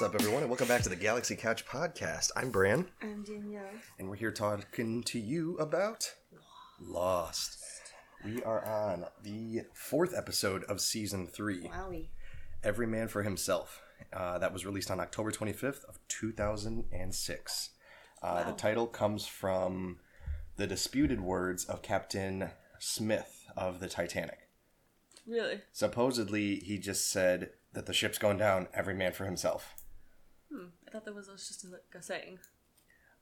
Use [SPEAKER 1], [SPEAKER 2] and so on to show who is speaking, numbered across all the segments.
[SPEAKER 1] up, everyone, and welcome back to the Galaxy Couch Podcast. I'm Bran,
[SPEAKER 2] I'm Danielle.
[SPEAKER 1] and we're here talking to you about Lost. We are on the fourth episode of season three,
[SPEAKER 2] Wowie.
[SPEAKER 1] Every Man for Himself. Uh, that was released on October 25th of 2006. Uh, The title comes from the disputed words of Captain Smith of the Titanic.
[SPEAKER 2] Really?
[SPEAKER 1] Supposedly, he just said that the ship's going down, every man for himself.
[SPEAKER 2] Hmm. I thought that was just like a saying.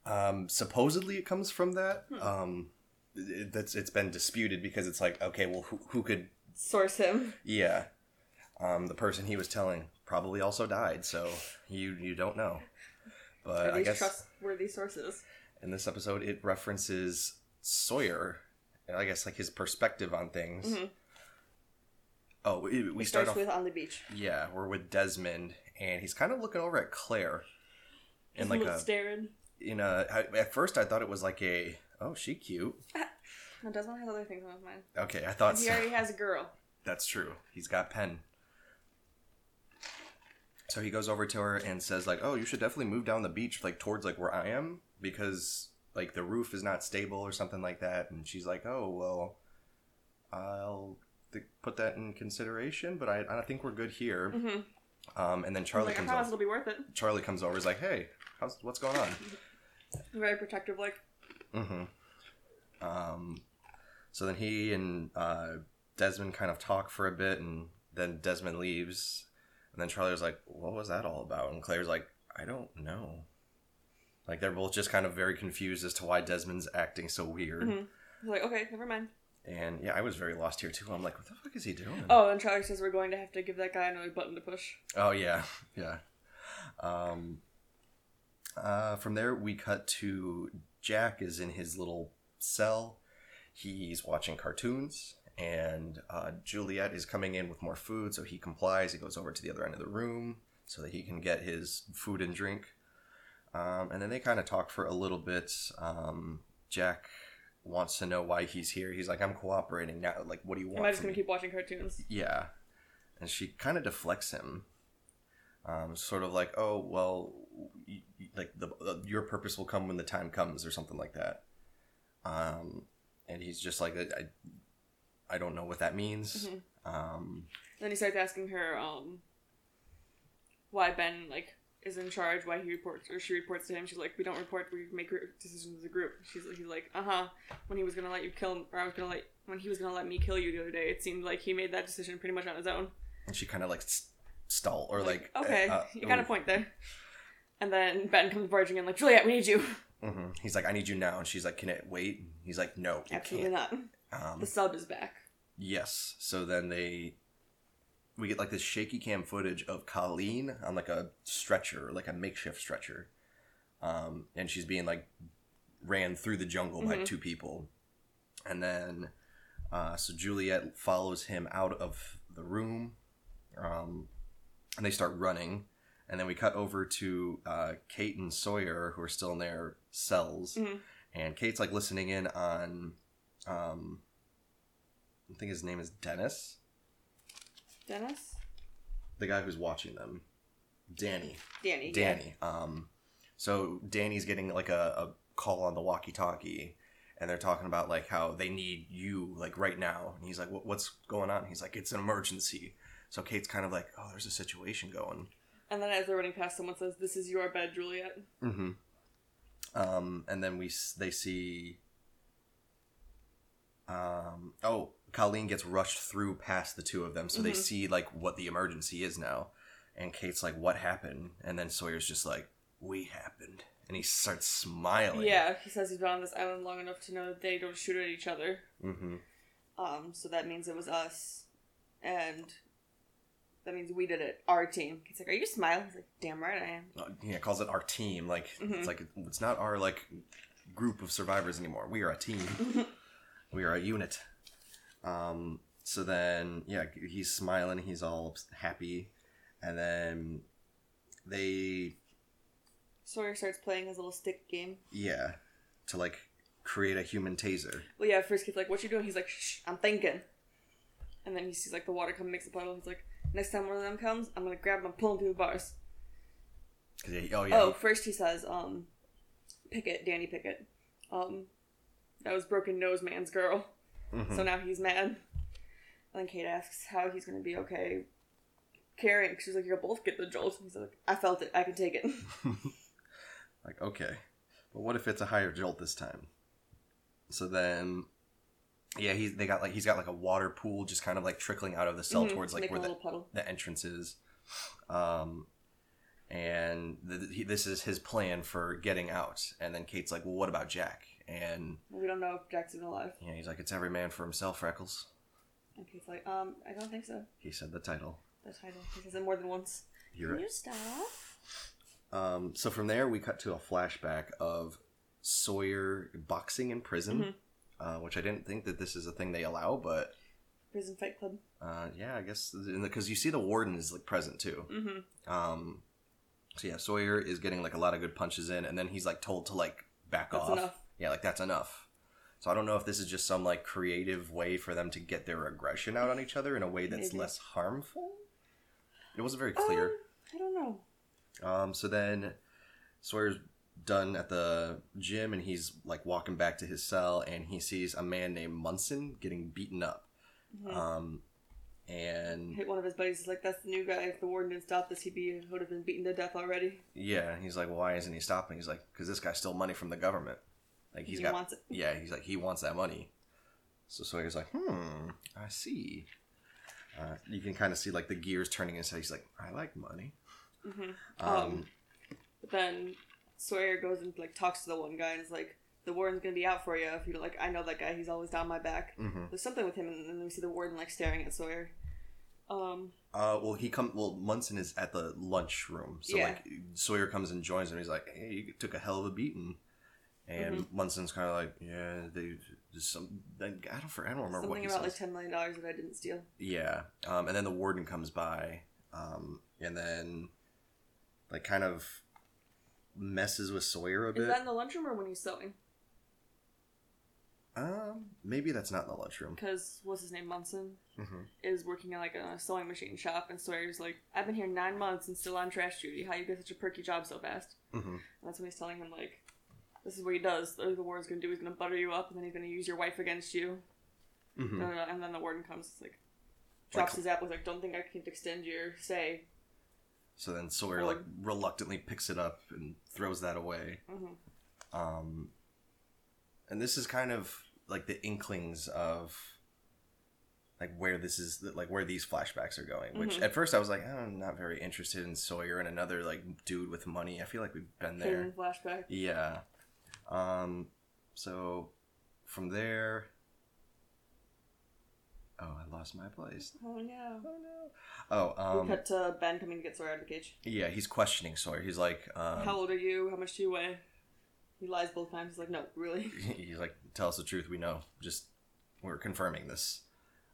[SPEAKER 1] Um, supposedly, it comes from that.
[SPEAKER 2] Hmm.
[SPEAKER 1] Um, it, that's it's been disputed because it's like, okay, well, who, who could?
[SPEAKER 2] Source him.
[SPEAKER 1] Yeah, um, the person he was telling probably also died, so you you don't know. But
[SPEAKER 2] Are
[SPEAKER 1] Uh, I
[SPEAKER 2] these
[SPEAKER 1] guess
[SPEAKER 2] trustworthy sources?
[SPEAKER 1] in this episode, it references Sawyer. and I guess like his perspective on things.
[SPEAKER 2] Mhm.
[SPEAKER 1] Oh, we- we
[SPEAKER 2] It
[SPEAKER 1] start
[SPEAKER 2] starts
[SPEAKER 1] off.
[SPEAKER 2] with on the beach.
[SPEAKER 1] Yeah, we're with Desmond, and he's kind of looking over at Claire, and
[SPEAKER 2] Just
[SPEAKER 1] like
[SPEAKER 2] look
[SPEAKER 1] a
[SPEAKER 2] staring.
[SPEAKER 1] in a. I- At first, I thought it was like a oh she cute.
[SPEAKER 2] No, Desmond has other things on his mind.
[SPEAKER 1] Okay, I thought
[SPEAKER 2] And he
[SPEAKER 1] so.
[SPEAKER 2] already has a girl.
[SPEAKER 1] that's true. He's got pen. So he goes over to her and says like, "Oh, you should definitely move down the beach like towards like where I am because like the roof is not stable or something like that." And she's like, "Oh, well, I'll th- put that in consideration, but I I think we're good here."
[SPEAKER 2] Mm-hmm.
[SPEAKER 1] Um, and then Charlie
[SPEAKER 2] Like, I
[SPEAKER 1] comes
[SPEAKER 2] promise
[SPEAKER 1] over.
[SPEAKER 2] it'll be worth it.
[SPEAKER 1] Charlie comes over. Is like, "Hey, how's what's going on?"
[SPEAKER 2] Very protective, like,
[SPEAKER 1] hmm Um, so then he and uh, Desmond kind of talk for a bit, and then Desmond leaves. And then Charlie was like, "What was that all about?" And Claire's like, "I don't know." Like they're both just kind of very confused as to why Desmond's acting so weird.
[SPEAKER 2] Mhm. he's like, okay, never mind.
[SPEAKER 1] And yeah, I was very lost here too. I'm like, "What the fuck is he doing?"
[SPEAKER 2] Oh, and Charlie says we're going to have to give that guy another button to push.
[SPEAKER 1] Oh yeah, yeah. Um, uh, from there, we cut to Jack is in his little cell. He's watching cartoons, and uh, Juliet is coming in with more food, so he complies. He goes over to the other end of the room so that he can get his food and drink. Um, and then they kind of talk for a little bit. Um, Jack wants to know why he's here. He's like, "I'm cooperating now. Like, what do you want?"
[SPEAKER 2] Am I just
[SPEAKER 1] from
[SPEAKER 2] going
[SPEAKER 1] me?"
[SPEAKER 2] to keep watching cartoons?
[SPEAKER 1] Yeah. And she kind of deflects him. Um, sort of like, oh, well, y y- like the, uh, your purpose will come when the time comes or something like that. Um, and he's just like, I, I don't know what that means.
[SPEAKER 2] Mhm.
[SPEAKER 1] Um,
[SPEAKER 2] Then he starts asking her um, why Ben, like, is in charge, why he reports, or she reports to him. She's like, we don't report, we make gr- decisions as a group. She's like, he's like, uh-huh, when he was gonna let you kill, or I was gonna let, when he was gonna let me kill you the other day, it seemed like he made that decision pretty much on his own.
[SPEAKER 1] and she kind of like st- stall or like,
[SPEAKER 2] okay,
[SPEAKER 1] uh,
[SPEAKER 2] you got a point there. And then Ben comes barging in, like, Juliet, we need you.
[SPEAKER 1] hmm He's like, I need you now, and she's like, Can it wait? He's like, No, it
[SPEAKER 2] Absolutely not.
[SPEAKER 1] can't. Um,
[SPEAKER 2] The sub is back.
[SPEAKER 1] Yes. So then they we get like this shaky cam footage of Colleen on like a stretcher, like a makeshift stretcher. Um, and she's being like ran through the jungle by
[SPEAKER 2] Mhm.
[SPEAKER 1] two people. And then uh, so Juliet follows him out of the room. Um, and they start running. And then we cut over to uh, Kate and Sawyer, who are still in their cells.
[SPEAKER 2] Mhm.
[SPEAKER 1] And Kate's like listening in on, um, I think his name is Dennis,
[SPEAKER 2] Dennis?
[SPEAKER 1] the guy who's watching them. Danny.
[SPEAKER 2] Danny. yeah.
[SPEAKER 1] Danny. Um, so Danny's getting like a, a call on the walkie-talkie, and they're talking about like how they need you like right now, and he's like, "What- "What's going on?" And he's like, "It's an emergency." So Kate's kind of like, "Oh, there's a situation going."
[SPEAKER 2] And then as they're running past, someone says, this is your bed, Juliet.
[SPEAKER 1] Mm-hmm. Um, and then we s- they see. Um, oh, Colleen gets rushed through past the two of them, so they
[SPEAKER 2] Mhm.
[SPEAKER 1] see like what the emergency is now, and Kate's like, "What happened?" And then Sawyer's just like, "We happened," and he starts smiling.
[SPEAKER 2] Yeah, he says he's been on this island long enough to know that they don't shoot at each other.
[SPEAKER 1] Mm-hmm.
[SPEAKER 2] Um, so that means it was us, and that means we did it. Our team. He's like, "Are you smiling?" He's like, "Damn right I am."
[SPEAKER 1] Uh, Yeah, calls it our team. Like
[SPEAKER 2] Mhm.
[SPEAKER 1] it's like it's not our like group of survivors anymore. We are a team. We are a unit. Um, so then, yeah, he's smiling. He's all ups- happy, and then they,
[SPEAKER 2] Sawyer starts playing his little stick game.
[SPEAKER 1] yeah, to like create a human taser.
[SPEAKER 2] Well, yeah. First, he's like, "What you doing?" He's like, "Shh, I'm thinking." And then he sees like the water come, makes a puddle. He's like, "Next time one of them comes, I'm gonna grab him and pull him through the bars."
[SPEAKER 1] 'Cause he- oh yeah,
[SPEAKER 2] Oh, first he says, um, Pickett, Danny Pickett, um, that was Broken Nose Man's girl.
[SPEAKER 1] mhm.
[SPEAKER 2] So now he's mad. And then Kate asks how he's gonna be okay carrying. 'cause She's like, you'll both get the jolt. He's like, I felt it. I can take it.
[SPEAKER 1] like okay, but what if it's a higher jolt this time? So then, yeah, he's they got like he's got like a water pool just kind of like trickling out of the cell
[SPEAKER 2] Mhm,
[SPEAKER 1] towards like
[SPEAKER 2] Make
[SPEAKER 1] where
[SPEAKER 2] a
[SPEAKER 1] the
[SPEAKER 2] little puddle.
[SPEAKER 1] the entrances. Um, and th- he, this is his plan for getting out. And then Kate's like, "Well, what about Jack?" And
[SPEAKER 2] We don't know if Jackson alive.
[SPEAKER 1] you know, he's like, "It's every man for himself." Freckles.
[SPEAKER 2] And Kate's like, um, I don't think so.
[SPEAKER 1] He said the title.
[SPEAKER 2] The title. He says it more than once.
[SPEAKER 1] You're
[SPEAKER 2] Can
[SPEAKER 1] right.
[SPEAKER 2] you stop?
[SPEAKER 1] Um, so from there, we cut to a flashback of Sawyer boxing in prison,
[SPEAKER 2] Mhm.
[SPEAKER 1] uh, which I didn't think that this is a thing they allow, but
[SPEAKER 2] Prison Fight Club.
[SPEAKER 1] uh, yeah, I guess because you see the warden is like present too.
[SPEAKER 2] Mm-hmm.
[SPEAKER 1] Um, so yeah, Sawyer is getting like a lot of good punches in, and then he's like told to like back
[SPEAKER 2] That's
[SPEAKER 1] off.
[SPEAKER 2] enough.
[SPEAKER 1] Yeah, like that's enough. So I don't know if this is just some like creative way for them to get their aggression out on each other in a way that's
[SPEAKER 2] Maybe.
[SPEAKER 1] less harmful. It wasn't very clear.
[SPEAKER 2] Um, I don't know.
[SPEAKER 1] Um, so then Sawyer's done at the gym and he's like walking back to his cell and he sees a man named Munson getting beaten up.
[SPEAKER 2] Mhm.
[SPEAKER 1] Um, and
[SPEAKER 2] Hit one of his buddies. He's like, that's the new guy. If the warden didn't stop this, he'd be would have been beaten to death already.
[SPEAKER 1] yeah, and he's like, why isn't he stopping? He's like, because this guy stole money from the government. Like he's
[SPEAKER 2] he
[SPEAKER 1] got
[SPEAKER 2] wants it.
[SPEAKER 1] yeah, he's like, he wants that money. So Sawyer's like, hmm, I see. Uh, you can kind of see like the gears turning in his head. He's like, I like money.
[SPEAKER 2] hmm
[SPEAKER 1] Um,
[SPEAKER 2] Um, But then Sawyer goes and like talks to the one guy and is like, "The warden's gonna be out for you if you like." I know that guy. He's always down my back.
[SPEAKER 1] mhm.
[SPEAKER 2] There's something with him, and then we see the warden like staring at Sawyer. Um,
[SPEAKER 1] uh, well, he come. Well, Munson is at the lunchroom, so
[SPEAKER 2] Yeah.
[SPEAKER 1] like Sawyer comes and joins him. He's like, hey, you took a hell of a beating. And
[SPEAKER 2] Mm-hmm.
[SPEAKER 1] Munson's kind of like, yeah, they just some. I don't, I don't remember what
[SPEAKER 2] something
[SPEAKER 1] he
[SPEAKER 2] about
[SPEAKER 1] says.
[SPEAKER 2] like ten million dollars that I didn't steal.
[SPEAKER 1] Yeah. Um, and then the warden comes by, um, and then like kind of messes with Sawyer a
[SPEAKER 2] Is
[SPEAKER 1] bit.
[SPEAKER 2] that in the lunchroom or when he's sewing?
[SPEAKER 1] Um, maybe that's not in the lunchroom.
[SPEAKER 2] Because what's his name, Munson,
[SPEAKER 1] Mm-hmm.
[SPEAKER 2] is working at like a sewing machine shop, and Sawyer's like, "I've been here nine months and still on trash duty. How you get such a perky job so fast?"
[SPEAKER 1] Mm-hmm.
[SPEAKER 2] And that's when he's telling him like, "This is what he does. The the warden's gonna do. He's gonna butter you up, and then he's gonna use your wife against you."
[SPEAKER 1] Mm-hmm.
[SPEAKER 2] No, no, no, and then the warden comes, like, drops his apple. He's like, "Don't think I can extend your stay."
[SPEAKER 1] So then Sawyer like reluctantly picks it up and throws that away.
[SPEAKER 2] hmm
[SPEAKER 1] Um, and this is kind of like the inklings of like where this is like where these flashbacks are going. Which
[SPEAKER 2] Mhm.
[SPEAKER 1] at first I was like, "Oh, I'm not very interested in Sawyer and another like dude with money. I feel like we've been there.
[SPEAKER 2] Prison flashback.
[SPEAKER 1] Yeah. Um so from there Oh, I lost my place.
[SPEAKER 2] Oh no.
[SPEAKER 1] Oh no. Oh,
[SPEAKER 2] we
[SPEAKER 1] um
[SPEAKER 2] cut to Ben coming to get Sawyer out of the cage.
[SPEAKER 1] yeah, he's questioning Sawyer. He's like um
[SPEAKER 2] How old are you? How much do you weigh? He lies both times. He's like, "No, really."
[SPEAKER 1] he's like tell us the truth, we know. Just we're confirming this.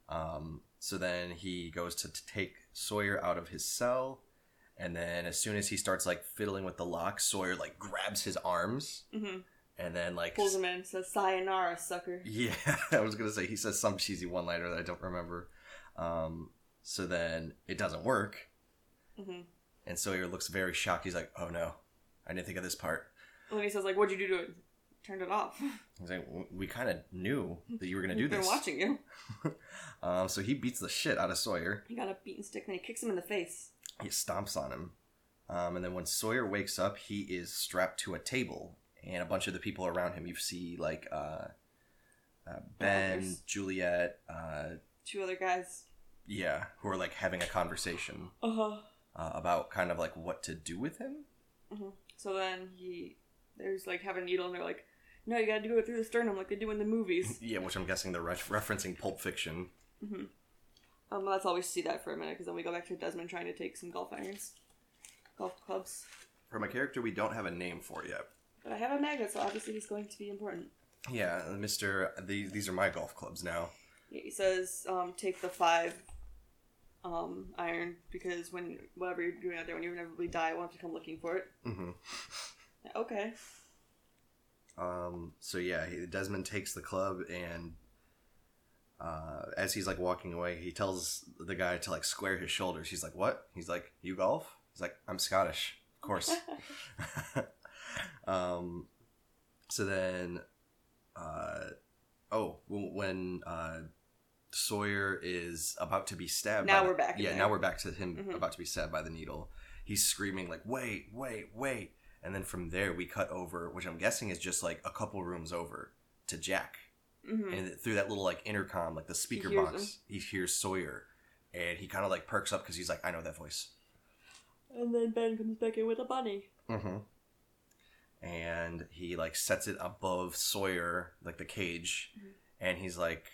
[SPEAKER 1] Um so then he goes to, to take Sawyer out of his cell and then as soon as he starts like fiddling with the lock, Sawyer like grabs his arms
[SPEAKER 2] hmm
[SPEAKER 1] and then like
[SPEAKER 2] Pulls him in. Says, "Sayonara, sucker."
[SPEAKER 1] Yeah, I was gonna say he says some cheesy one liner that I don't remember. Um, so then it doesn't work,
[SPEAKER 2] hmm And
[SPEAKER 1] and Sawyer looks very shocked. He's like, "Oh no, I didn't think of this part."
[SPEAKER 2] then he says, "Like, what'd you do to it?" Turned it off.
[SPEAKER 1] He's like, "W- "We kind of knew that you were gonna do
[SPEAKER 2] They're
[SPEAKER 1] this."
[SPEAKER 2] watching you.
[SPEAKER 1] Um, so he beats the shit out of Sawyer.
[SPEAKER 2] He got a beaten stick, and he kicks him in the face.
[SPEAKER 1] He stomps on him, um, and then when Sawyer wakes up, he is strapped to a table, and a bunch of the people around him. You see like uh, uh, Ben,
[SPEAKER 2] Others.
[SPEAKER 1] Juliet, uh,
[SPEAKER 2] Two other guys.
[SPEAKER 1] yeah, who are like having a conversation.
[SPEAKER 2] Uh huh.
[SPEAKER 1] uh, about kind of like what to do with him.
[SPEAKER 2] So then he, there's like having a needle, and they're like, "No, you gotta do it through the sternum, like they do in the movies."
[SPEAKER 1] Yeah, which I'm guessing they're re- referencing Pulp Fiction.
[SPEAKER 2] Um, let's always see that for a minute, because then we go back to Desmond trying to take some golf irons, golf clubs.
[SPEAKER 1] For my character, we don't have a name for yet.
[SPEAKER 2] But I have a magnet, so obviously he's going to be important.
[SPEAKER 1] Yeah, Mister, these these are my golf clubs now.
[SPEAKER 2] He says, um, "Take the five, um, iron, because when whatever you're doing out there, when you inevitably die, I want to come looking for it."
[SPEAKER 1] hmm
[SPEAKER 2] Okay.
[SPEAKER 1] Um, so yeah, he, Desmond takes the club, and uh, as he's like walking away, he tells the guy to like square his shoulders. He's like, "What?" He's like, "You golf?" He's like, "I'm Scottish." course. um, so then, uh, oh, w- when uh, Sawyer is about to be stabbed.
[SPEAKER 2] Now
[SPEAKER 1] by
[SPEAKER 2] we're
[SPEAKER 1] the-
[SPEAKER 2] back in
[SPEAKER 1] Yeah,
[SPEAKER 2] there.
[SPEAKER 1] now we're back to him
[SPEAKER 2] Mhm.
[SPEAKER 1] about to be stabbed by the needle. He's screaming like, "Wait, wait, wait!" And then from there, we cut over, which I'm guessing is just like a couple rooms over to Jack,
[SPEAKER 2] Mhm.
[SPEAKER 1] and through that little like intercom, like the speaker
[SPEAKER 2] hears
[SPEAKER 1] box, he hears Sawyer, and he kind of like perks up because he's like, "I know that voice."
[SPEAKER 2] And then Ben comes back in with a bunny.
[SPEAKER 1] Mm-hmm. And he like sets it above Sawyer, like the cage,
[SPEAKER 2] Mhm.
[SPEAKER 1] and he's like,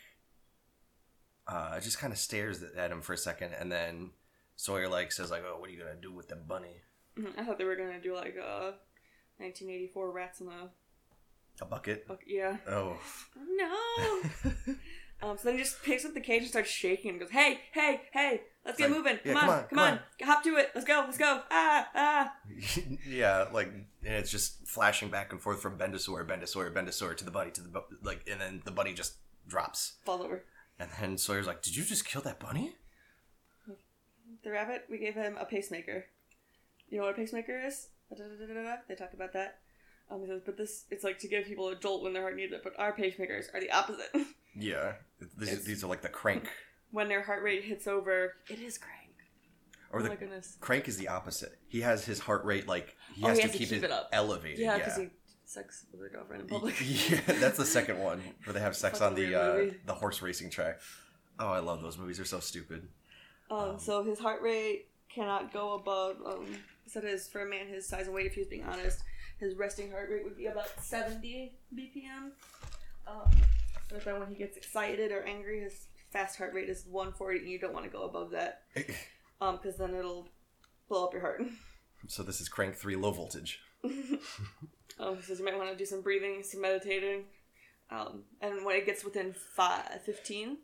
[SPEAKER 1] uh, just kind of stares at him for a second, and then Sawyer like says like, "Oh, what are you gonna do with the bunny?
[SPEAKER 2] Mhm. I thought they were gonna do like a 1984 rats in the
[SPEAKER 1] A bucket?"
[SPEAKER 2] bucket. Yeah.
[SPEAKER 1] Oh.
[SPEAKER 2] No. um, so then he just picks up the cage and starts shaking and goes, "Hey, hey, hey! Let's get
[SPEAKER 1] Like,
[SPEAKER 2] moving!
[SPEAKER 1] yeah,
[SPEAKER 2] Come, on, come on, Hop to it! Let's go! Let's go! Ah, ah!"
[SPEAKER 1] yeah, like and it's just flashing back and forth from Ben to Sawyer, Ben to Sawyer, Ben to Sawyer to the bunny to the bu- like, and then the bunny just drops,
[SPEAKER 2] Falls over.
[SPEAKER 1] and then Sawyer's like, "Did you just kill that bunny?"
[SPEAKER 2] The rabbit. We gave him a pacemaker. You know what a pacemaker is? Da-da-da-da-da-da. They talk about that. Um, he says, but this it's like to give people a jolt when their heart needs it. But our pacemakers are the opposite.
[SPEAKER 1] Yeah, these,
[SPEAKER 2] It's-
[SPEAKER 1] these are like the crank
[SPEAKER 2] when their heart rate hits over, it is crank.
[SPEAKER 1] or
[SPEAKER 2] oh
[SPEAKER 1] the
[SPEAKER 2] my goodness.
[SPEAKER 1] Crank is the opposite. He has his heart rate like he
[SPEAKER 2] Oh,
[SPEAKER 1] has, to, keep, it,
[SPEAKER 2] up.
[SPEAKER 1] elevated.
[SPEAKER 2] Yeah,
[SPEAKER 1] Yeah,
[SPEAKER 2] because he sucks with a girlfriend in public.
[SPEAKER 1] yeah. that's the second one where they have sex on
[SPEAKER 2] Fucking
[SPEAKER 1] the uh,
[SPEAKER 2] weird movie.
[SPEAKER 1] the horse racing track. Oh, I love those movies. They're so stupid.
[SPEAKER 2] Um,
[SPEAKER 1] Um,
[SPEAKER 2] so his heart rate cannot go above. Um, he said his for a man his size and weight. If he was being honest, his resting heart rate would be about seventy BPM. Um, but then when he gets excited or angry, his fast heart rate is one forty, and you don't want to go above that, um, because then it'll blow up your heart.
[SPEAKER 1] so this is Crank Three, low voltage.
[SPEAKER 2] um, he says you might want to do some breathing, some meditating, um, and when it gets within five, 15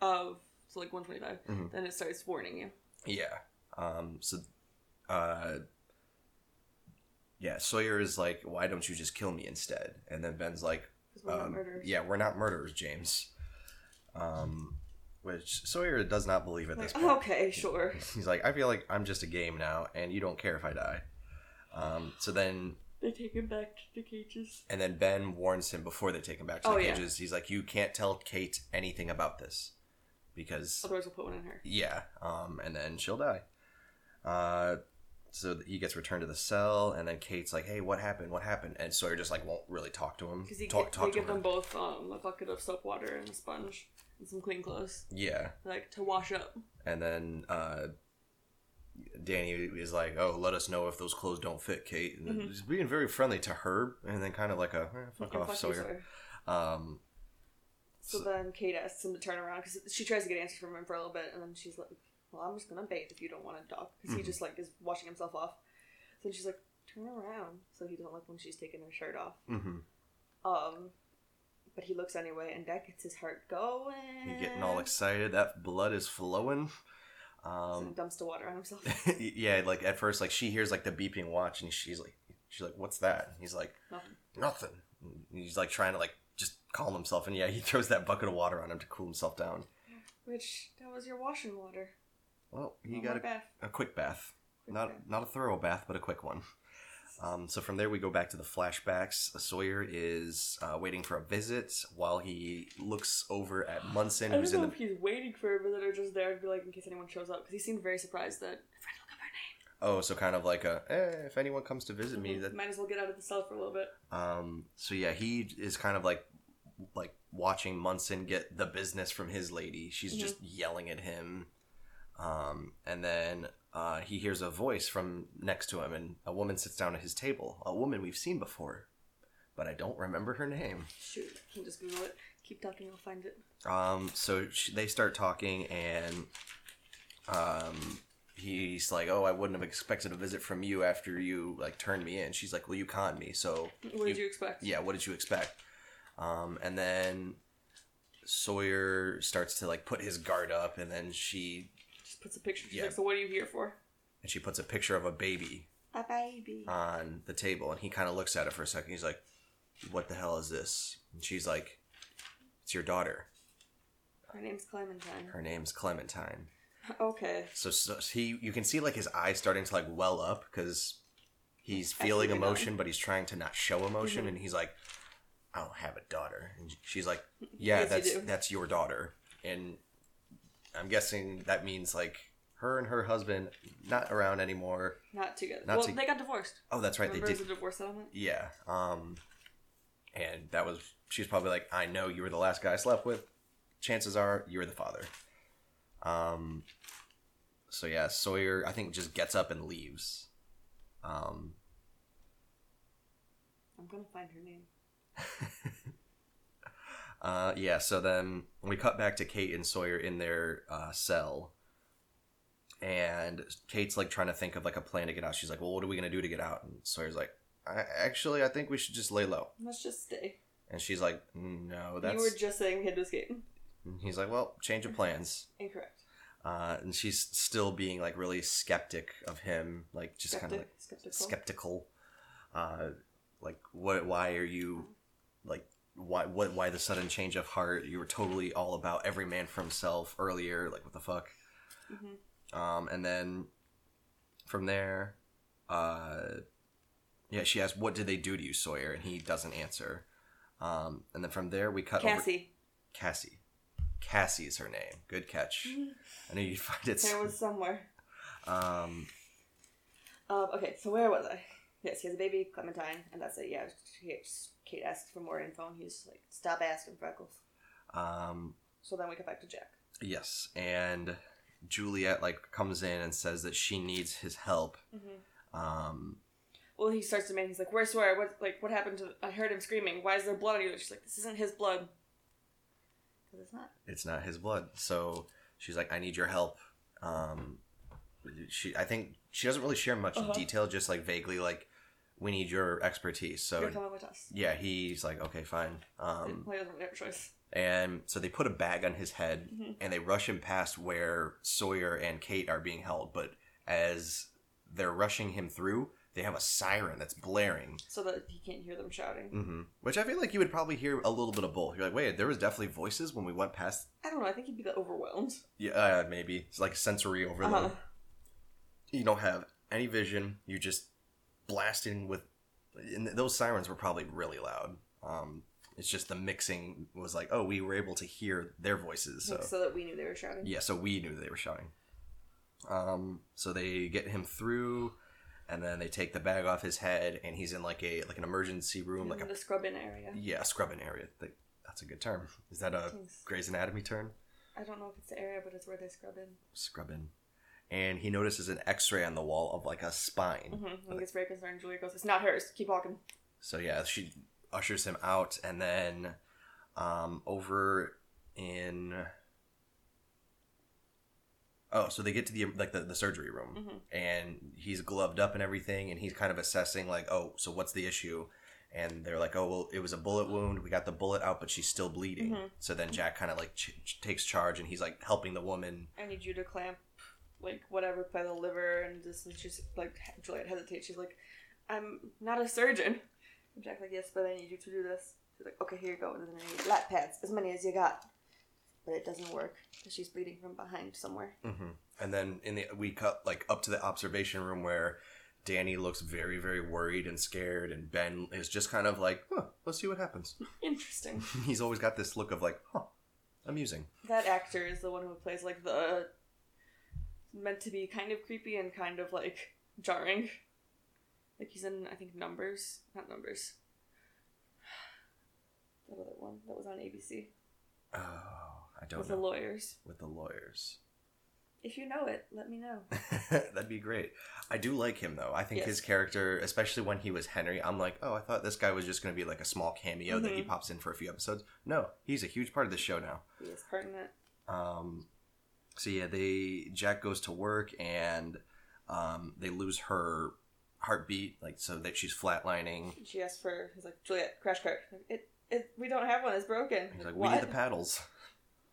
[SPEAKER 2] of so like one
[SPEAKER 1] Mhm.
[SPEAKER 2] then it starts warning you.
[SPEAKER 1] Yeah. Um. So, uh, yeah. Sawyer is like, "Why don't you just kill me instead?" And then Ben's like,
[SPEAKER 2] 'cause we're not
[SPEAKER 1] Um,
[SPEAKER 2] murderers.
[SPEAKER 1] Yeah, we're not murderers, James. Um, which Sawyer does not believe at this
[SPEAKER 2] Like,
[SPEAKER 1] point.
[SPEAKER 2] okay, sure.
[SPEAKER 1] He's like, I feel like I'm just a game now, and you don't care if I die. Um, so then,
[SPEAKER 2] They take him back to the cages.
[SPEAKER 1] and then Ben warns him before they take him back to
[SPEAKER 2] Oh,
[SPEAKER 1] the
[SPEAKER 2] yeah.
[SPEAKER 1] cages. He's like, you can't tell Kate anything about this, because
[SPEAKER 2] Otherwise, we'll put one in her.
[SPEAKER 1] yeah, um, and then she'll die. Uh, so he gets returned to the cell, and then Kate's like, "Hey, what happened? What happened?" And Sawyer just like won't really talk to him.
[SPEAKER 2] Because he
[SPEAKER 1] Mm, Talk,
[SPEAKER 2] gi-
[SPEAKER 1] talk
[SPEAKER 2] they
[SPEAKER 1] to
[SPEAKER 2] give them
[SPEAKER 1] him.
[SPEAKER 2] both um, a bucket of soap water and a sponge and some clean clothes,
[SPEAKER 1] Yeah,
[SPEAKER 2] like to wash up.
[SPEAKER 1] and then uh, Danny is like, "Oh, let us know if those clothes don't fit, Kate." And
[SPEAKER 2] Mhm.
[SPEAKER 1] he's being very friendly to her, and then kind of Mm-hmm. like a eh, fuck
[SPEAKER 2] And
[SPEAKER 1] off,
[SPEAKER 2] fuck you,
[SPEAKER 1] Sawyer.
[SPEAKER 2] Sawyer.
[SPEAKER 1] Um,
[SPEAKER 2] So then Kate asks him to turn around because she tries to get answers from him for a little bit, and then she's like, "Well, I'm just gonna bathe if you don't want to talk," because
[SPEAKER 1] Mhm.
[SPEAKER 2] he just like is washing himself off. So she's like, "Turn around," so he doesn't like when she's taking her shirt off.
[SPEAKER 1] mhm.
[SPEAKER 2] Um, but he looks anyway, and that gets his heart going.
[SPEAKER 1] He's getting all excited. That blood is flowing.
[SPEAKER 2] So he
[SPEAKER 1] Um,
[SPEAKER 2] dumps the water on himself.
[SPEAKER 1] yeah, like at first, like she hears like the beeping watch, and she's like, "She's like, what's that?" And he's like,
[SPEAKER 2] Nothing.
[SPEAKER 1] "Nothing." And he's like trying to like just calm himself, and yeah, he throws that bucket of water on him to cool himself down.
[SPEAKER 2] Which that was your washing water.
[SPEAKER 1] Well, he
[SPEAKER 2] You
[SPEAKER 1] got
[SPEAKER 2] got
[SPEAKER 1] a a quick bath.
[SPEAKER 2] Quick
[SPEAKER 1] not
[SPEAKER 2] bath.
[SPEAKER 1] not a thorough bath, but a quick one. Um, so from there, we go back to the flashbacks. Sawyer is uh, waiting for a visit while he looks over at
[SPEAKER 2] I
[SPEAKER 1] Munson,
[SPEAKER 2] don't
[SPEAKER 1] who's in
[SPEAKER 2] know
[SPEAKER 1] the.
[SPEAKER 2] if he's waiting for a visitor just there to be like in case anyone shows up because he seemed very surprised that
[SPEAKER 1] Oh, so kind of like a, eh, if anyone comes to visit me, that.
[SPEAKER 2] might as well get out of the cell for a little bit.
[SPEAKER 1] Um, so yeah, he is kind of like, like watching Munson get the business from his lady. She's
[SPEAKER 2] Mhm.
[SPEAKER 1] just yelling at him, um, and then uh, he hears a voice from next to him, and a woman sits down at his table. A woman we've seen before, but I don't remember her name.
[SPEAKER 2] Shoot, I can just Google it. Keep talking, I'll find it.
[SPEAKER 1] Um, so sh they start talking, and um, he's like, "Oh, I wouldn't have expected a visit from you after you like turned me in." She's like, "Well, you conned me, so
[SPEAKER 2] What did
[SPEAKER 1] You-
[SPEAKER 2] you expect?
[SPEAKER 1] yeah, what did you expect?" Um, and then Sawyer starts to like put his guard up, and then she
[SPEAKER 2] Just puts a picture. She's
[SPEAKER 1] Yeah.
[SPEAKER 2] like, so what are you here for?
[SPEAKER 1] and she puts a picture of a baby
[SPEAKER 2] A baby.
[SPEAKER 1] on the table, and he kind of looks at it for a second. He's like, "What the hell is this?" And she's like, "It's your daughter.
[SPEAKER 2] Her name's Clementine.
[SPEAKER 1] Her name's Clementine."
[SPEAKER 2] Okay.
[SPEAKER 1] So, so he, you can see like his eyes starting to like well up because He's feeling
[SPEAKER 2] really
[SPEAKER 1] emotion, but he's trying to not show emotion,
[SPEAKER 2] Mhm.
[SPEAKER 1] and he's like, "I don't have a daughter," and she's like, "Yeah,
[SPEAKER 2] Yes, you
[SPEAKER 1] that's
[SPEAKER 2] do.
[SPEAKER 1] that's your daughter," and I'm guessing that means like her and her husband not around anymore.
[SPEAKER 2] Not together.
[SPEAKER 1] Not
[SPEAKER 2] well,
[SPEAKER 1] to-
[SPEAKER 2] they got divorced.
[SPEAKER 1] Oh, that's right,
[SPEAKER 2] Remember,
[SPEAKER 1] they
[SPEAKER 2] it was
[SPEAKER 1] did.
[SPEAKER 2] a divorce settlement.
[SPEAKER 1] Yeah, um, and that was she's probably like, "I know you were the last guy I slept with. Chances are you were the father." Um, so yeah, Sawyer I think just gets up and leaves. Um,
[SPEAKER 2] I'm gonna find her name.
[SPEAKER 1] Uh, yeah, so then we cut back to Kate and Sawyer in their uh, cell. And Kate's like trying to think of like a plan to get out. She's like, well, what are we going to do to get out? And Sawyer's like, I, actually, I think we should just lay low.
[SPEAKER 2] Let's just stay.
[SPEAKER 1] And she's like, no,
[SPEAKER 2] you
[SPEAKER 1] that's.
[SPEAKER 2] were just saying we had to escape.
[SPEAKER 1] And he's like, well, change of plans.
[SPEAKER 2] Incorrect.
[SPEAKER 1] Uh, and she's still being like really skeptic of him, like just kind of like
[SPEAKER 2] Skeptic, skeptical.
[SPEAKER 1] skeptical. Uh, like, what? Why are you, like, why? What? Why the sudden change of heart? You were totally all about every man for himself earlier. Like, what the fuck?
[SPEAKER 2] Mhm.
[SPEAKER 1] Um, and then from there, uh, yeah, she asks, "What did they do to you, Sawyer?" And he doesn't answer. Um, and then from there, we cut over.
[SPEAKER 2] Cassie.
[SPEAKER 1] Cassie. Cassie is her name. Good catch. I knew you'd find it.
[SPEAKER 2] There was somewhere.
[SPEAKER 1] Um,
[SPEAKER 2] Um, okay, so where was I? Yes, he has a baby, Clementine, and that's it. Yeah, she- Kate asked for more info, and he's like, "Stop asking, Freckles."
[SPEAKER 1] um,
[SPEAKER 2] So then we get back to Jack.
[SPEAKER 1] Yes, and Juliet like comes in and says that she needs his help.
[SPEAKER 2] Mm-hmm.
[SPEAKER 1] Um,
[SPEAKER 2] Well, he starts demanding. He's like, "Where's Sawyer? What like what happened to? I heard him screaming. Why is there blood on you?" She's like, "This isn't his blood." Because it's not.
[SPEAKER 1] it's not his blood, so she's like, "I need your help." Um, she, I think she doesn't really share much
[SPEAKER 2] Uh-huh.
[SPEAKER 1] detail, just like vaguely, like, "We need your expertise." So
[SPEAKER 2] You're coming with us.
[SPEAKER 1] yeah, he's like, "Okay, fine." Um,
[SPEAKER 2] Well, he doesn't really have a choice.
[SPEAKER 1] and so they put a bag on his head
[SPEAKER 2] Mhm.
[SPEAKER 1] and they rush him past where Sawyer and Kate are being held, but as they're rushing him through, they have a siren that's blaring.
[SPEAKER 2] So that he can't hear them shouting.
[SPEAKER 1] hmm Which I feel like you would probably hear a little bit of both. You're like, wait, there was definitely voices when we went past.
[SPEAKER 2] I don't know. I think he'd be that overwhelmed.
[SPEAKER 1] Yeah, uh, maybe it's like sensory overload.
[SPEAKER 2] Uh-huh.
[SPEAKER 1] You don't have any vision. You just blasting with, and th- those sirens were probably really loud. Um, it's just the mixing was like, oh, we were able to hear their voices. So
[SPEAKER 2] Like, so that we knew they were shouting.
[SPEAKER 1] yeah, so we knew they were shouting. Um, so they get him through, and then they take the bag off his head, and he's in like a like an emergency room, like a
[SPEAKER 2] in the scrubbing area.
[SPEAKER 1] Yeah, scrubbing area. Th- That's a good term. Is that a
[SPEAKER 2] Things.
[SPEAKER 1] Grey's Anatomy term?
[SPEAKER 2] I don't know if it's the area, but it's where they scrub in.
[SPEAKER 1] Scrubbing. And he notices an x ray on the wall of like a spine.
[SPEAKER 2] Mm-hmm. He gets very concerned. Julia goes, "It's not hers. Keep walking."
[SPEAKER 1] So yeah, she ushers him out, and then um, over in. Oh, so they get to the like the, the surgery room,
[SPEAKER 2] Mhm.
[SPEAKER 1] and he's gloved up and everything, and he's kind of assessing like, oh, so what's the issue? And they're like, oh, well, it was a bullet wound. We got the bullet out, but she's still bleeding.
[SPEAKER 2] Mhm.
[SPEAKER 1] So then Jack kind of like ch- ch- takes charge, and he's like helping the woman.
[SPEAKER 2] I need you to clamp, like whatever, by the liver, and this. And she's like, Juliet hesitates. She's like, "I'm not a surgeon." And Jack's like, "Yes, but I need you to do this." She's like, "Okay, here you go." And then I need lap pads, as many as you got. But it doesn't work because she's bleeding from behind somewhere.
[SPEAKER 1] Mm-hmm. And then in the we cut like up to the observation room where Danny looks very very worried and scared, and Ben is just kind of like, huh, let's see what happens.
[SPEAKER 2] Interesting.
[SPEAKER 1] He's always got this look of like, huh, amusing.
[SPEAKER 2] That actor is the one who plays like the meant to be kind of creepy and kind of like jarring. Like he's in I think Numbers, not Numbers. That other one that was on ABC
[SPEAKER 1] Oh, I don't
[SPEAKER 2] with
[SPEAKER 1] know
[SPEAKER 2] the lawyers.
[SPEAKER 1] with the lawyers.
[SPEAKER 2] If you know it, let me know.
[SPEAKER 1] That'd be great. I do like him though. I think
[SPEAKER 2] Yes.
[SPEAKER 1] his character, especially when he was Henry, I'm like, oh, I thought this guy was just going to be like a small cameo that he
[SPEAKER 2] Mhm.
[SPEAKER 1] pops in for a few episodes. No, he's a huge part of the show now.
[SPEAKER 2] He is pertinent.
[SPEAKER 1] Um, so yeah, they Jack goes to work and um, they lose her heartbeat, like so that she's flatlining.
[SPEAKER 2] She asked for he's like Juliet crash cart. It, it we don't have one. It's broken.
[SPEAKER 1] He's like, "We need the paddles."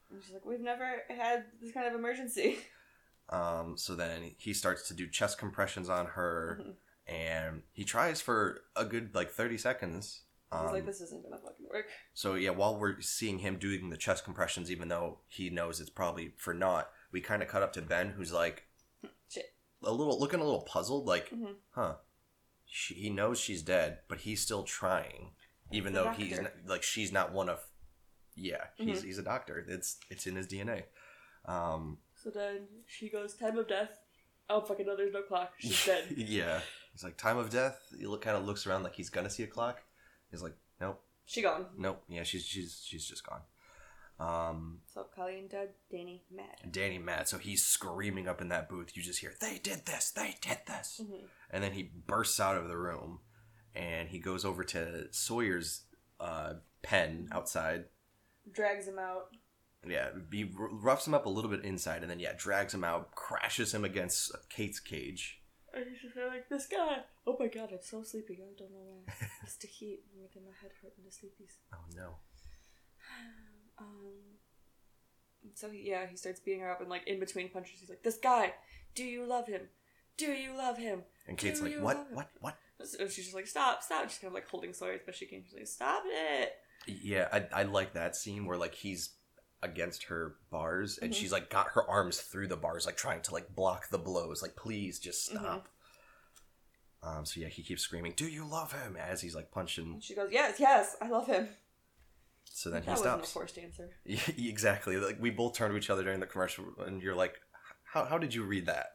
[SPEAKER 2] and she's like, we've never had this kind of emergency.
[SPEAKER 1] Um, so then he starts to do chest compressions on her,
[SPEAKER 2] Mhm.
[SPEAKER 1] and he tries for a good like thirty seconds.
[SPEAKER 2] he's like,
[SPEAKER 1] Um,
[SPEAKER 2] this isn't gonna fucking work.
[SPEAKER 1] so yeah, while we're seeing him doing the chest compressions, even though he knows it's probably for naught, we kind of cut up to Ben, who's like,
[SPEAKER 2] Shit.
[SPEAKER 1] a little looking a little puzzled, like,
[SPEAKER 2] Mhm.
[SPEAKER 1] huh, she, he knows she's dead, but he's still trying, even
[SPEAKER 2] The
[SPEAKER 1] though he's
[SPEAKER 2] doctor. Mm-hmm.
[SPEAKER 1] n- like she's not one of. Yeah, he's he's a doctor. It's it's in his DNA. Um,
[SPEAKER 2] So then she goes, time of death. Oh, fucking no, there's no clock. She's dead.
[SPEAKER 1] yeah, he's like time of death. He look, kind of looks around like he's gonna see a clock. He's like, nope,
[SPEAKER 2] she gone.
[SPEAKER 1] nope. Yeah, she's she's she's just gone. Um,
[SPEAKER 2] So Colleen dead, Danny mad.
[SPEAKER 1] Danny mad, so he's screaming up in that booth. You just hear, "They did this! They did this!"
[SPEAKER 2] Mhm.
[SPEAKER 1] And then he bursts out of the room, and he goes over to Sawyer's uh, pen outside.
[SPEAKER 2] Drags him out.
[SPEAKER 1] Yeah, he r- roughs him up a little bit inside, and then yeah, drags him out, crashes him against Kate's cage.
[SPEAKER 2] And he's just like, this guy. Oh my god, I'm so sleepy. I don't know why. It's the heat making my head hurt in the sleepies.
[SPEAKER 1] Oh no!
[SPEAKER 2] Um. So he, yeah, he starts beating her up, and like in between punches, he's like, "This guy, do you love him? Do you love him?"
[SPEAKER 1] And Kate's
[SPEAKER 2] Do
[SPEAKER 1] like,
[SPEAKER 2] you
[SPEAKER 1] "What?
[SPEAKER 2] love-
[SPEAKER 1] What? What?"
[SPEAKER 2] So she's just like, "Stop, stop!" She's kind of like holding Sawyer's best she can. She's like, "Stop it!"
[SPEAKER 1] Yeah, I, I like that scene where like he's against her bars and
[SPEAKER 2] Mhm.
[SPEAKER 1] she's like got her arms through the bars, like trying to like block the blows. Like, please just
[SPEAKER 2] Mm-hmm.
[SPEAKER 1] stop. Um, so yeah, he keeps screaming, "Do you love him?" as he's like punching.
[SPEAKER 2] And she goes, "Yes, yes, I love him."
[SPEAKER 1] So then
[SPEAKER 2] that
[SPEAKER 1] he
[SPEAKER 2] wasn't a
[SPEAKER 1] stops.
[SPEAKER 2] forced answer.
[SPEAKER 1] exactly. Like we both turned to each other during the commercial, and you're like, "How how did you read that?"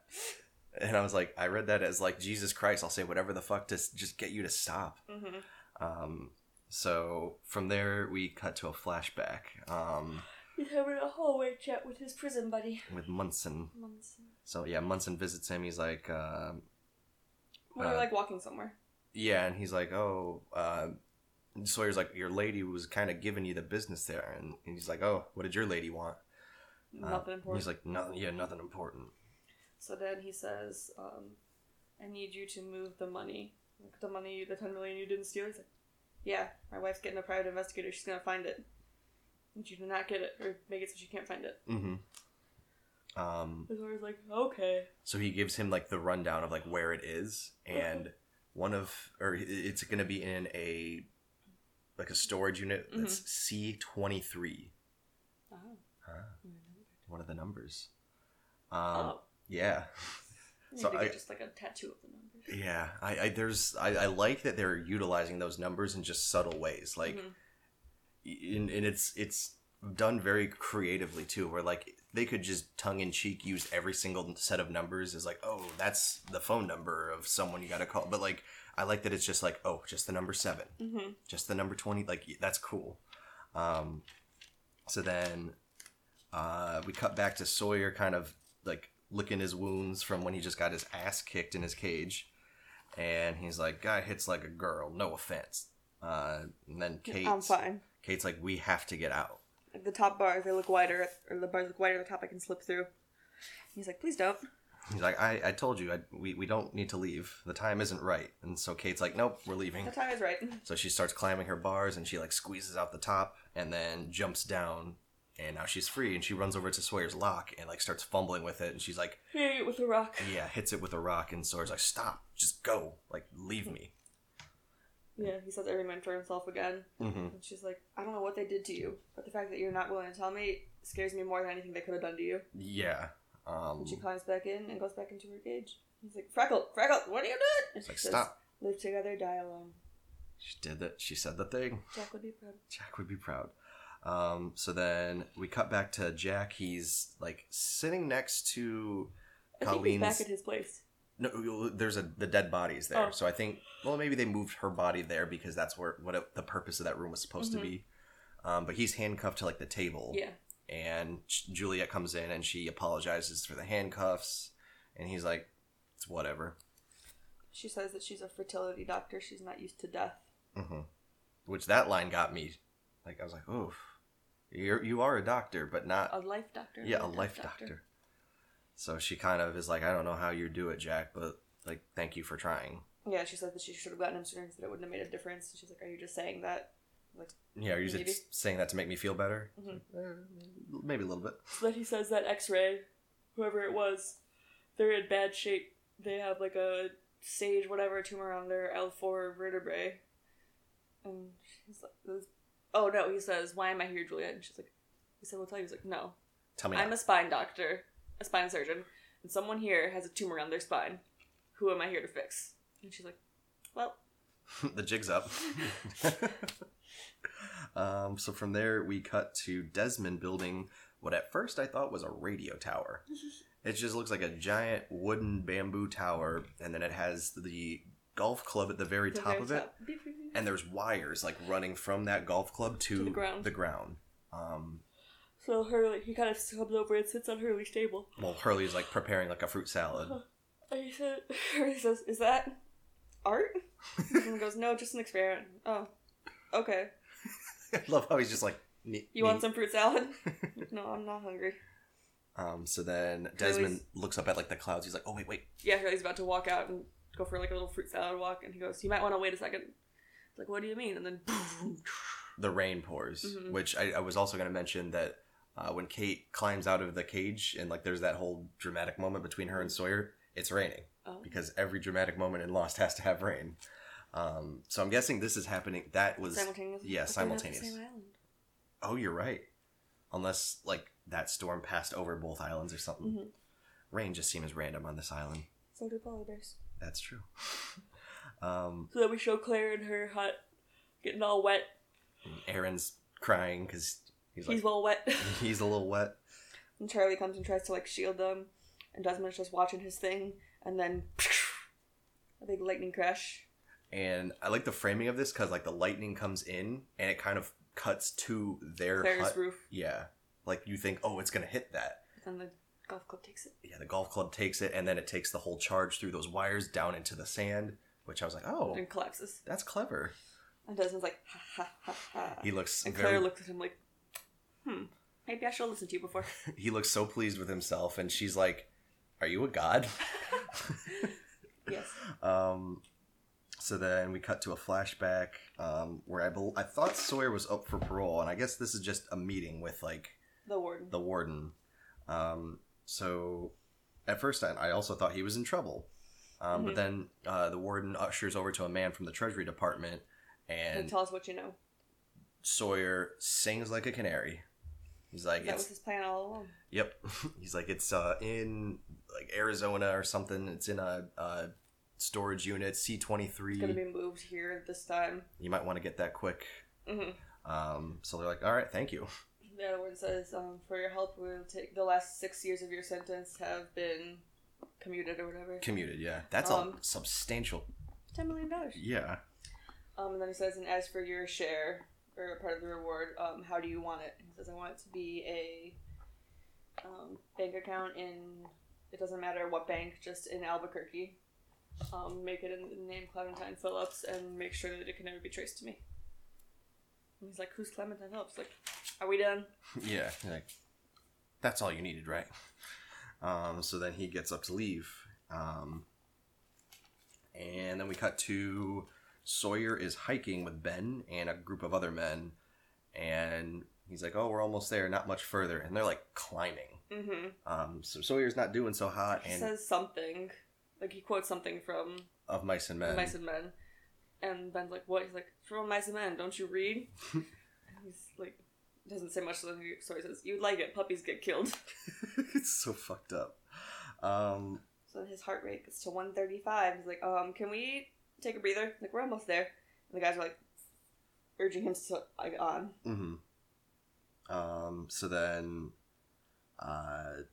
[SPEAKER 1] And I was like, "I read that as like Jesus Christ. I'll say whatever the fuck to s- just get you to stop."
[SPEAKER 2] Mm-hmm.
[SPEAKER 1] Um, so from there we cut to a flashback um,
[SPEAKER 2] He's having a hallway chat with his prison buddy.
[SPEAKER 1] with Munson.
[SPEAKER 2] Munson.
[SPEAKER 1] So yeah, Munson visits him. He's like, uh,
[SPEAKER 2] Well, they're
[SPEAKER 1] Uh,
[SPEAKER 2] like walking somewhere.
[SPEAKER 1] yeah, and he's like, oh, uh, and Sawyer's like, your lady was kind of giving you the business there, and he's like, oh, what did your lady want? Uh,
[SPEAKER 2] Nothing
[SPEAKER 1] and
[SPEAKER 2] important.
[SPEAKER 1] He's like, nothing. Yeah, nothing important.
[SPEAKER 2] So then he says, um, I need you to move the money. Like the money, the 10 million you didn't steal. He's like, Yeah, my wife's getting a private investigator. She's going to find it. And you do not get it, or make it so she can't find it.
[SPEAKER 1] Mm-hmm. Um,
[SPEAKER 2] And Zora's like, Okay.
[SPEAKER 1] so he gives him like the rundown of like where it is, and one of, or i- it's gonna be in a, like a storage unit that's C twenty three.
[SPEAKER 2] Oh.
[SPEAKER 1] One of the numbers.
[SPEAKER 2] Oh.
[SPEAKER 1] Um, yeah.
[SPEAKER 2] Maybe
[SPEAKER 1] so
[SPEAKER 2] get
[SPEAKER 1] I-
[SPEAKER 2] just like a tattoo of the numbers.
[SPEAKER 1] Yeah, I, I there's I, I like that they're utilizing those numbers in just subtle ways, like,
[SPEAKER 2] Mhm.
[SPEAKER 1] and, and it's it's done very creatively too, where like they could just tongue in cheek use every single set of numbers as like, oh, that's the phone number of someone you got to call, but like I like that it's just like, oh, just the number seven,
[SPEAKER 2] Mhm.
[SPEAKER 1] just the number twenty, like that's cool. Um, so then, uh, we cut back to Sawyer, kind of like licking his wounds from when he just got his ass kicked in his cage, and he's like, "Guy hits like a girl, no offense." Uh, and then Kate,
[SPEAKER 2] I'm fine.
[SPEAKER 1] Kate's like, "We have to get out."
[SPEAKER 2] Like the top bars, they look wider, or the bars look wider at the top, I can slip through. And he's like, Please don't.
[SPEAKER 1] He's like, "I, I told you, I, we, we don't need to leave. The time isn't right." And so Kate's like, "Nope, we're leaving."
[SPEAKER 2] The time is right.
[SPEAKER 1] So she starts climbing her bars and she like squeezes out the top and then jumps down and now she's free and she runs over to Sawyer's lock and like starts fumbling with it and she's like,
[SPEAKER 2] Hey, with the rock.
[SPEAKER 1] yeah, hits it with a rock and Sawyer's like, stop, just go, like leave me.
[SPEAKER 2] Yeah, he says every man for himself again.
[SPEAKER 1] Mm-hmm.
[SPEAKER 2] And she's like, I don't know what they did to you, but the fact that you're not willing to tell me scares me more than anything they could have done to you.
[SPEAKER 1] Yeah. Um,
[SPEAKER 2] And she climbs back in and goes back into her cage. He's like, Freckle, Freckle, what are you doing? And she
[SPEAKER 1] like,
[SPEAKER 2] says,
[SPEAKER 1] stop.
[SPEAKER 2] Live together, die alone.
[SPEAKER 1] She did that. She said the thing.
[SPEAKER 2] Jack would be proud.
[SPEAKER 1] Jack would be proud. Um, so then we cut back to Jack. He's like sitting next to.
[SPEAKER 2] I think he's
[SPEAKER 1] Colleen's-
[SPEAKER 2] back at his place.
[SPEAKER 1] No, there's a the dead bodies there.
[SPEAKER 2] Oh.
[SPEAKER 1] So I think well maybe they moved her body there because that's where what it, the purpose of that room was supposed
[SPEAKER 2] Mhm.
[SPEAKER 1] to be. Um, but he's handcuffed to like the table.
[SPEAKER 2] Yeah.
[SPEAKER 1] And Juliet comes in and she apologizes for the handcuffs, and he's like, "It's whatever,"
[SPEAKER 2] She says that she's a fertility doctor. She's not used to death.
[SPEAKER 1] hmm which that line got me. Like I was like, "Oof, you're you are a doctor, but not
[SPEAKER 2] A life doctor.
[SPEAKER 1] Uh, yeah a
[SPEAKER 2] not
[SPEAKER 1] life
[SPEAKER 2] death
[SPEAKER 1] doctor. So she kind of is like, "I don't know how you do it, Jack, but like thank you for trying."
[SPEAKER 2] Yeah, she says that she should have gotten him sooner, that it wouldn't have made a difference. And she's like, Are you just saying that? Like,
[SPEAKER 1] Yeah, are you
[SPEAKER 2] Maybe.
[SPEAKER 1] just saying that to make me feel better?
[SPEAKER 2] Mhm.
[SPEAKER 1] Uh, maybe a little bit.
[SPEAKER 2] So that he says that X-ray, whoever it was, they're in bad shape. They have like a sage whatever tumor on their L four vertebrae. And she's like, "Oh no," he says. "Why am I here, Juliet?" And she's like, "He said we'll tell you." He's like, "No,
[SPEAKER 1] Tell me.
[SPEAKER 2] I'm a spine doctor, a spine surgeon, and someone here has a tumor on their spine. Who am I here to fix?" And she's like, Well,
[SPEAKER 1] the jig's up. um, so from there, we cut to Desmond building what at first I thought was a radio tower. It just looks like a giant wooden bamboo tower, and then it has the golf club at the very
[SPEAKER 2] the
[SPEAKER 1] top
[SPEAKER 2] very
[SPEAKER 1] of it,
[SPEAKER 2] top. Beep, beep, beep.
[SPEAKER 1] and there's wires like running from that golf club to,
[SPEAKER 2] To the ground.
[SPEAKER 1] ground. Um,
[SPEAKER 2] So Hurley, he kind of comes over and sits on Hurley's table.
[SPEAKER 1] well, Hurley's like preparing like a fruit salad.
[SPEAKER 2] And he said, Hurley says, "Is that art?" and goes, "No, just an experiment." Oh, okay.
[SPEAKER 1] I love how he's just like. "Ne-
[SPEAKER 2] You want
[SPEAKER 1] neat."
[SPEAKER 2] some fruit salad? no, I'm not hungry.
[SPEAKER 1] Um, so then Desmond
[SPEAKER 2] Hurley's-
[SPEAKER 1] looks up at like the clouds. He's like, "Oh wait, wait,
[SPEAKER 2] Yeah, Hurley's about to walk out and go for like a little fruit salad walk, and he goes, "You might want to wait a second. It's like, "What do you mean?" And then,
[SPEAKER 1] the rain pours,
[SPEAKER 2] Mhm.
[SPEAKER 1] which I, I was also going to mention that uh, when Kate climbs out of the cage and like there's that whole dramatic moment between her and Sawyer, it's raining
[SPEAKER 2] oh,
[SPEAKER 1] because every dramatic moment in Lost has to have rain. Um, so I'm guessing this is happening. That was
[SPEAKER 2] simultaneous.
[SPEAKER 1] yeah,
[SPEAKER 2] But they're not the
[SPEAKER 1] simultaneous.
[SPEAKER 2] same island.
[SPEAKER 1] oh, you're right. Unless like that storm passed over both islands or something.
[SPEAKER 2] Mhm.
[SPEAKER 1] Rain just seems random on this island.
[SPEAKER 2] So do polar bears.
[SPEAKER 1] That's true. um,
[SPEAKER 2] So then we show Claire in her hut, getting all wet.
[SPEAKER 1] Aaron's crying because he's
[SPEAKER 2] He's,
[SPEAKER 1] like
[SPEAKER 2] well wet.
[SPEAKER 1] he's a little wet.
[SPEAKER 2] and Charlie comes and tries to like shield them, and Desmond's just watching his thing, and then a big lightning crash.
[SPEAKER 1] and I like the framing of this because like the lightning comes in and it kind of cuts to their
[SPEAKER 2] Claire's
[SPEAKER 1] hut.
[SPEAKER 2] roof,
[SPEAKER 1] Yeah, like you think, oh, it's gonna hit that.
[SPEAKER 2] and the golf club takes it.
[SPEAKER 1] Yeah, the golf club takes it and then it takes the whole charge through those wires down into the sand, which I was like, oh,
[SPEAKER 2] And collapses.
[SPEAKER 1] that's clever.
[SPEAKER 2] And Desmond's like, ha ha ha ha.
[SPEAKER 1] He looks
[SPEAKER 2] and Claire
[SPEAKER 1] very,
[SPEAKER 2] looks at him like, hmm, maybe I should listen to you before.
[SPEAKER 1] he looks so pleased with himself, and she's like, "Are you a god?"
[SPEAKER 2] yes.
[SPEAKER 1] Um, so then we cut to a flashback um, where I bel I thought Sawyer was up for parole, and I guess this is just a meeting with like
[SPEAKER 2] The warden.
[SPEAKER 1] the warden. Um, so at first, I, I also thought he was in trouble. Um, But
[SPEAKER 2] Mhm.
[SPEAKER 1] then uh, the warden ushers over to a man from the Treasury Department,
[SPEAKER 2] Like,
[SPEAKER 1] and
[SPEAKER 2] tell us what you know.
[SPEAKER 1] Sawyer sings like a canary. He's like,
[SPEAKER 2] that
[SPEAKER 1] it's,
[SPEAKER 2] was his plan all along.
[SPEAKER 1] "Yep." He's like, "It's uh, in like Arizona or something. It's in a, uh storage unit C twenty
[SPEAKER 2] It's gonna
[SPEAKER 1] three.
[SPEAKER 2] be moved here this time.
[SPEAKER 1] You might want to get that quick."
[SPEAKER 2] Mm-hmm.
[SPEAKER 1] Um, so they're like, "All right, thank you."
[SPEAKER 2] The other one says, um, "For your help, we'll take the last six years of your sentence have been commuted or whatever.
[SPEAKER 1] Commuted. Yeah, that's
[SPEAKER 2] Um,
[SPEAKER 1] a substantial.
[SPEAKER 2] Ten million dollars."
[SPEAKER 1] Yeah.
[SPEAKER 2] Um, and then he says, "And as for your share or a part of the reward, um, how do you want it?" He says, "I want it to be a um, bank account in. It doesn't matter what bank, just in Albuquerque. Um, make it in the name Clementine Phillips, and make sure that it can never be traced to me." And he's like, "Who's Clementine Phillips?" Like, are we done?
[SPEAKER 1] Yeah, like that's all you needed, right? Um, so then he gets up to leave, um, and then we cut to Sawyer is hiking with Ben and a group of other men, and he's like, "Oh, we're almost there, not much further," and they're like climbing.
[SPEAKER 2] Mm-hmm.
[SPEAKER 1] Um, so Sawyer's not doing so hot,
[SPEAKER 2] He
[SPEAKER 1] and
[SPEAKER 2] says something, like he quotes something from
[SPEAKER 1] of mice and men.
[SPEAKER 2] Mice and Men, and Ben's like, "What?" He's like, "It's "From Mice and Men, don't you read?" and he's like, doesn't say much. So then he- so he says, "You'd like it. Puppies get killed."
[SPEAKER 1] it's so fucked up. Um,
[SPEAKER 2] So then his heart rate gets to one thirty five. He's like, "Um, can we take a breather? Like, we're almost there." And the guys are like urging him to like on.
[SPEAKER 1] hmm Um, so then, uh,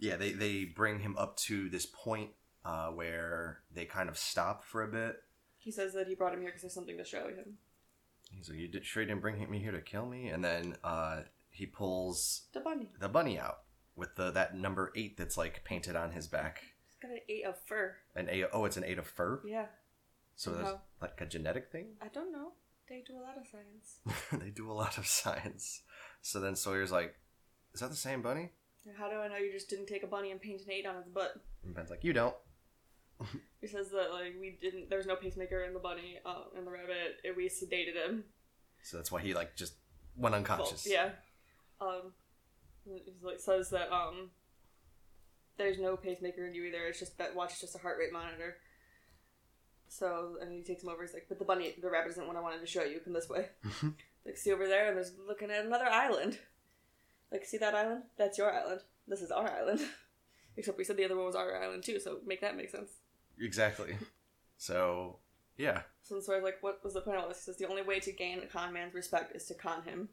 [SPEAKER 1] yeah, they, they bring him up to this point uh, where they kind of stop for a bit.
[SPEAKER 2] He says that he brought him here because there's something to show him.
[SPEAKER 1] He's like, "You did, sure didn't bring me here to kill me?" And then uh, he pulls
[SPEAKER 2] The bunny.
[SPEAKER 1] the bunny out with the that number eight that's like painted on his back.
[SPEAKER 2] He's got an eight of fur.
[SPEAKER 1] An eight, oh, it's an eight of fur.
[SPEAKER 2] Yeah,
[SPEAKER 1] So that's
[SPEAKER 2] somehow.
[SPEAKER 1] like a genetic thing.
[SPEAKER 2] I don't know. They do a lot of science.
[SPEAKER 1] they do a lot of science. So then Sawyer's like, "Is that the same bunny?"
[SPEAKER 2] And How do I know you just didn't take a bunny and paint an eight on his butt?
[SPEAKER 1] And Ben's like, "You don't."
[SPEAKER 2] He says that like we didn't. There was no pacemaker in the bunny uh, in the rabbit. It, we sedated him.
[SPEAKER 1] So that's why he like just went unconscious.
[SPEAKER 2] Well, yeah. Um, he like says that um, there's no pacemaker in you either. It's just that watch is just a heart rate monitor. So and he takes him over. He's like, but the bunny, the rabbit isn't what I wanted to show you. Come this way. Like see over there, and there's looking at another island. Like see that island? That's your island. This is our island. Except we said the other one was our island too. So make that make sense.
[SPEAKER 1] Exactly. So yeah,
[SPEAKER 2] So then sort of like, what was the point of all this? He says, the only way to gain a con man's respect is to con him.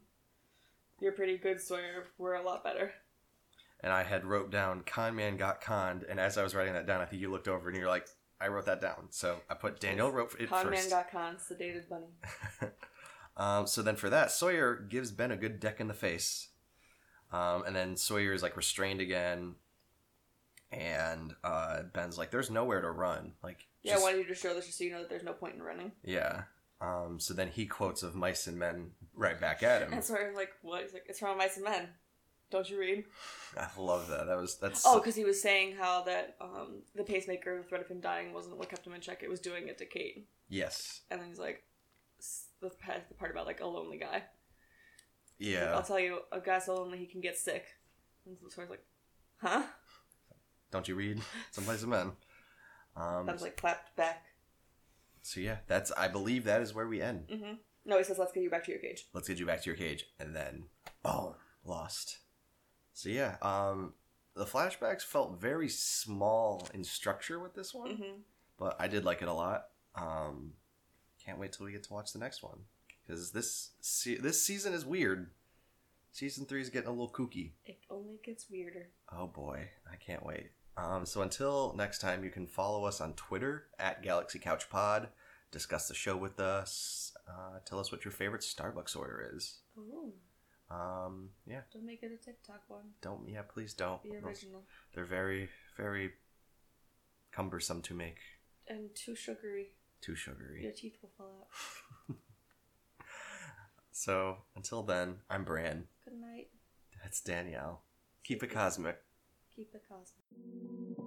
[SPEAKER 2] You're pretty good, Sawyer. We're a lot better.
[SPEAKER 1] and I had wrote down con man got conned, and as I was writing that down, I think you looked over and you're like, I wrote that down. So I put Daniel wrote it
[SPEAKER 2] Con man
[SPEAKER 1] first.
[SPEAKER 2] got con, sedated bunny.
[SPEAKER 1] Um, so then for that, Sawyer gives Ben a good deck in the face. Um, and then Sawyer is like restrained again. And uh, Ben's like, there's nowhere to run. Like,
[SPEAKER 2] Yeah,
[SPEAKER 1] just-
[SPEAKER 2] I wanted you to show this just so you know that there's no point in running.
[SPEAKER 1] yeah. Um, so then he quotes of mice and men right back at him.
[SPEAKER 2] And Sawyer's like, what? He's like, it's from Mice and Men. Don't you read?
[SPEAKER 1] I love that. That was that's
[SPEAKER 2] Oh, because he was saying how that um, the pacemaker, the threat of him dying, wasn't what kept him in check. It was doing it to Kate.
[SPEAKER 1] yes,
[SPEAKER 2] And then he's like, s- the pa- the part about like a lonely guy. He's like,
[SPEAKER 1] yeah.
[SPEAKER 2] I'll tell you, a guy's so lonely he can get sick. And Sawyer's like, huh?
[SPEAKER 1] Don't you read some mice and men? Um,
[SPEAKER 2] That was like clapped back.
[SPEAKER 1] so yeah, that's I believe that is where we end.
[SPEAKER 2] hmm No, he says, let's get you back to your cage.
[SPEAKER 1] let's get you back to your cage and then boom lost so yeah um the flashbacks felt very small in structure with this one
[SPEAKER 2] hmm
[SPEAKER 1] but i did like it a lot um can't wait till we get to watch the next one because this se- this season is weird season three is getting a little kooky
[SPEAKER 2] It only gets weirder.
[SPEAKER 1] oh boy i can't wait um, so until next time you can follow us on twitter at galaxy couch pod discuss the show with us uh, tell us what your favorite starbucks order is
[SPEAKER 2] Oh,
[SPEAKER 1] um, yeah
[SPEAKER 2] don't make it a TikTok one.
[SPEAKER 1] Don't, yeah, please don't.
[SPEAKER 2] Be original.
[SPEAKER 1] They're very, very cumbersome to make.
[SPEAKER 2] And too sugary.
[SPEAKER 1] Too sugary.
[SPEAKER 2] Your teeth will fall out.
[SPEAKER 1] So until then, I'm Bran.
[SPEAKER 2] Good night.
[SPEAKER 1] That's Danielle. Keep it cosmic.
[SPEAKER 2] Keep it cosmic.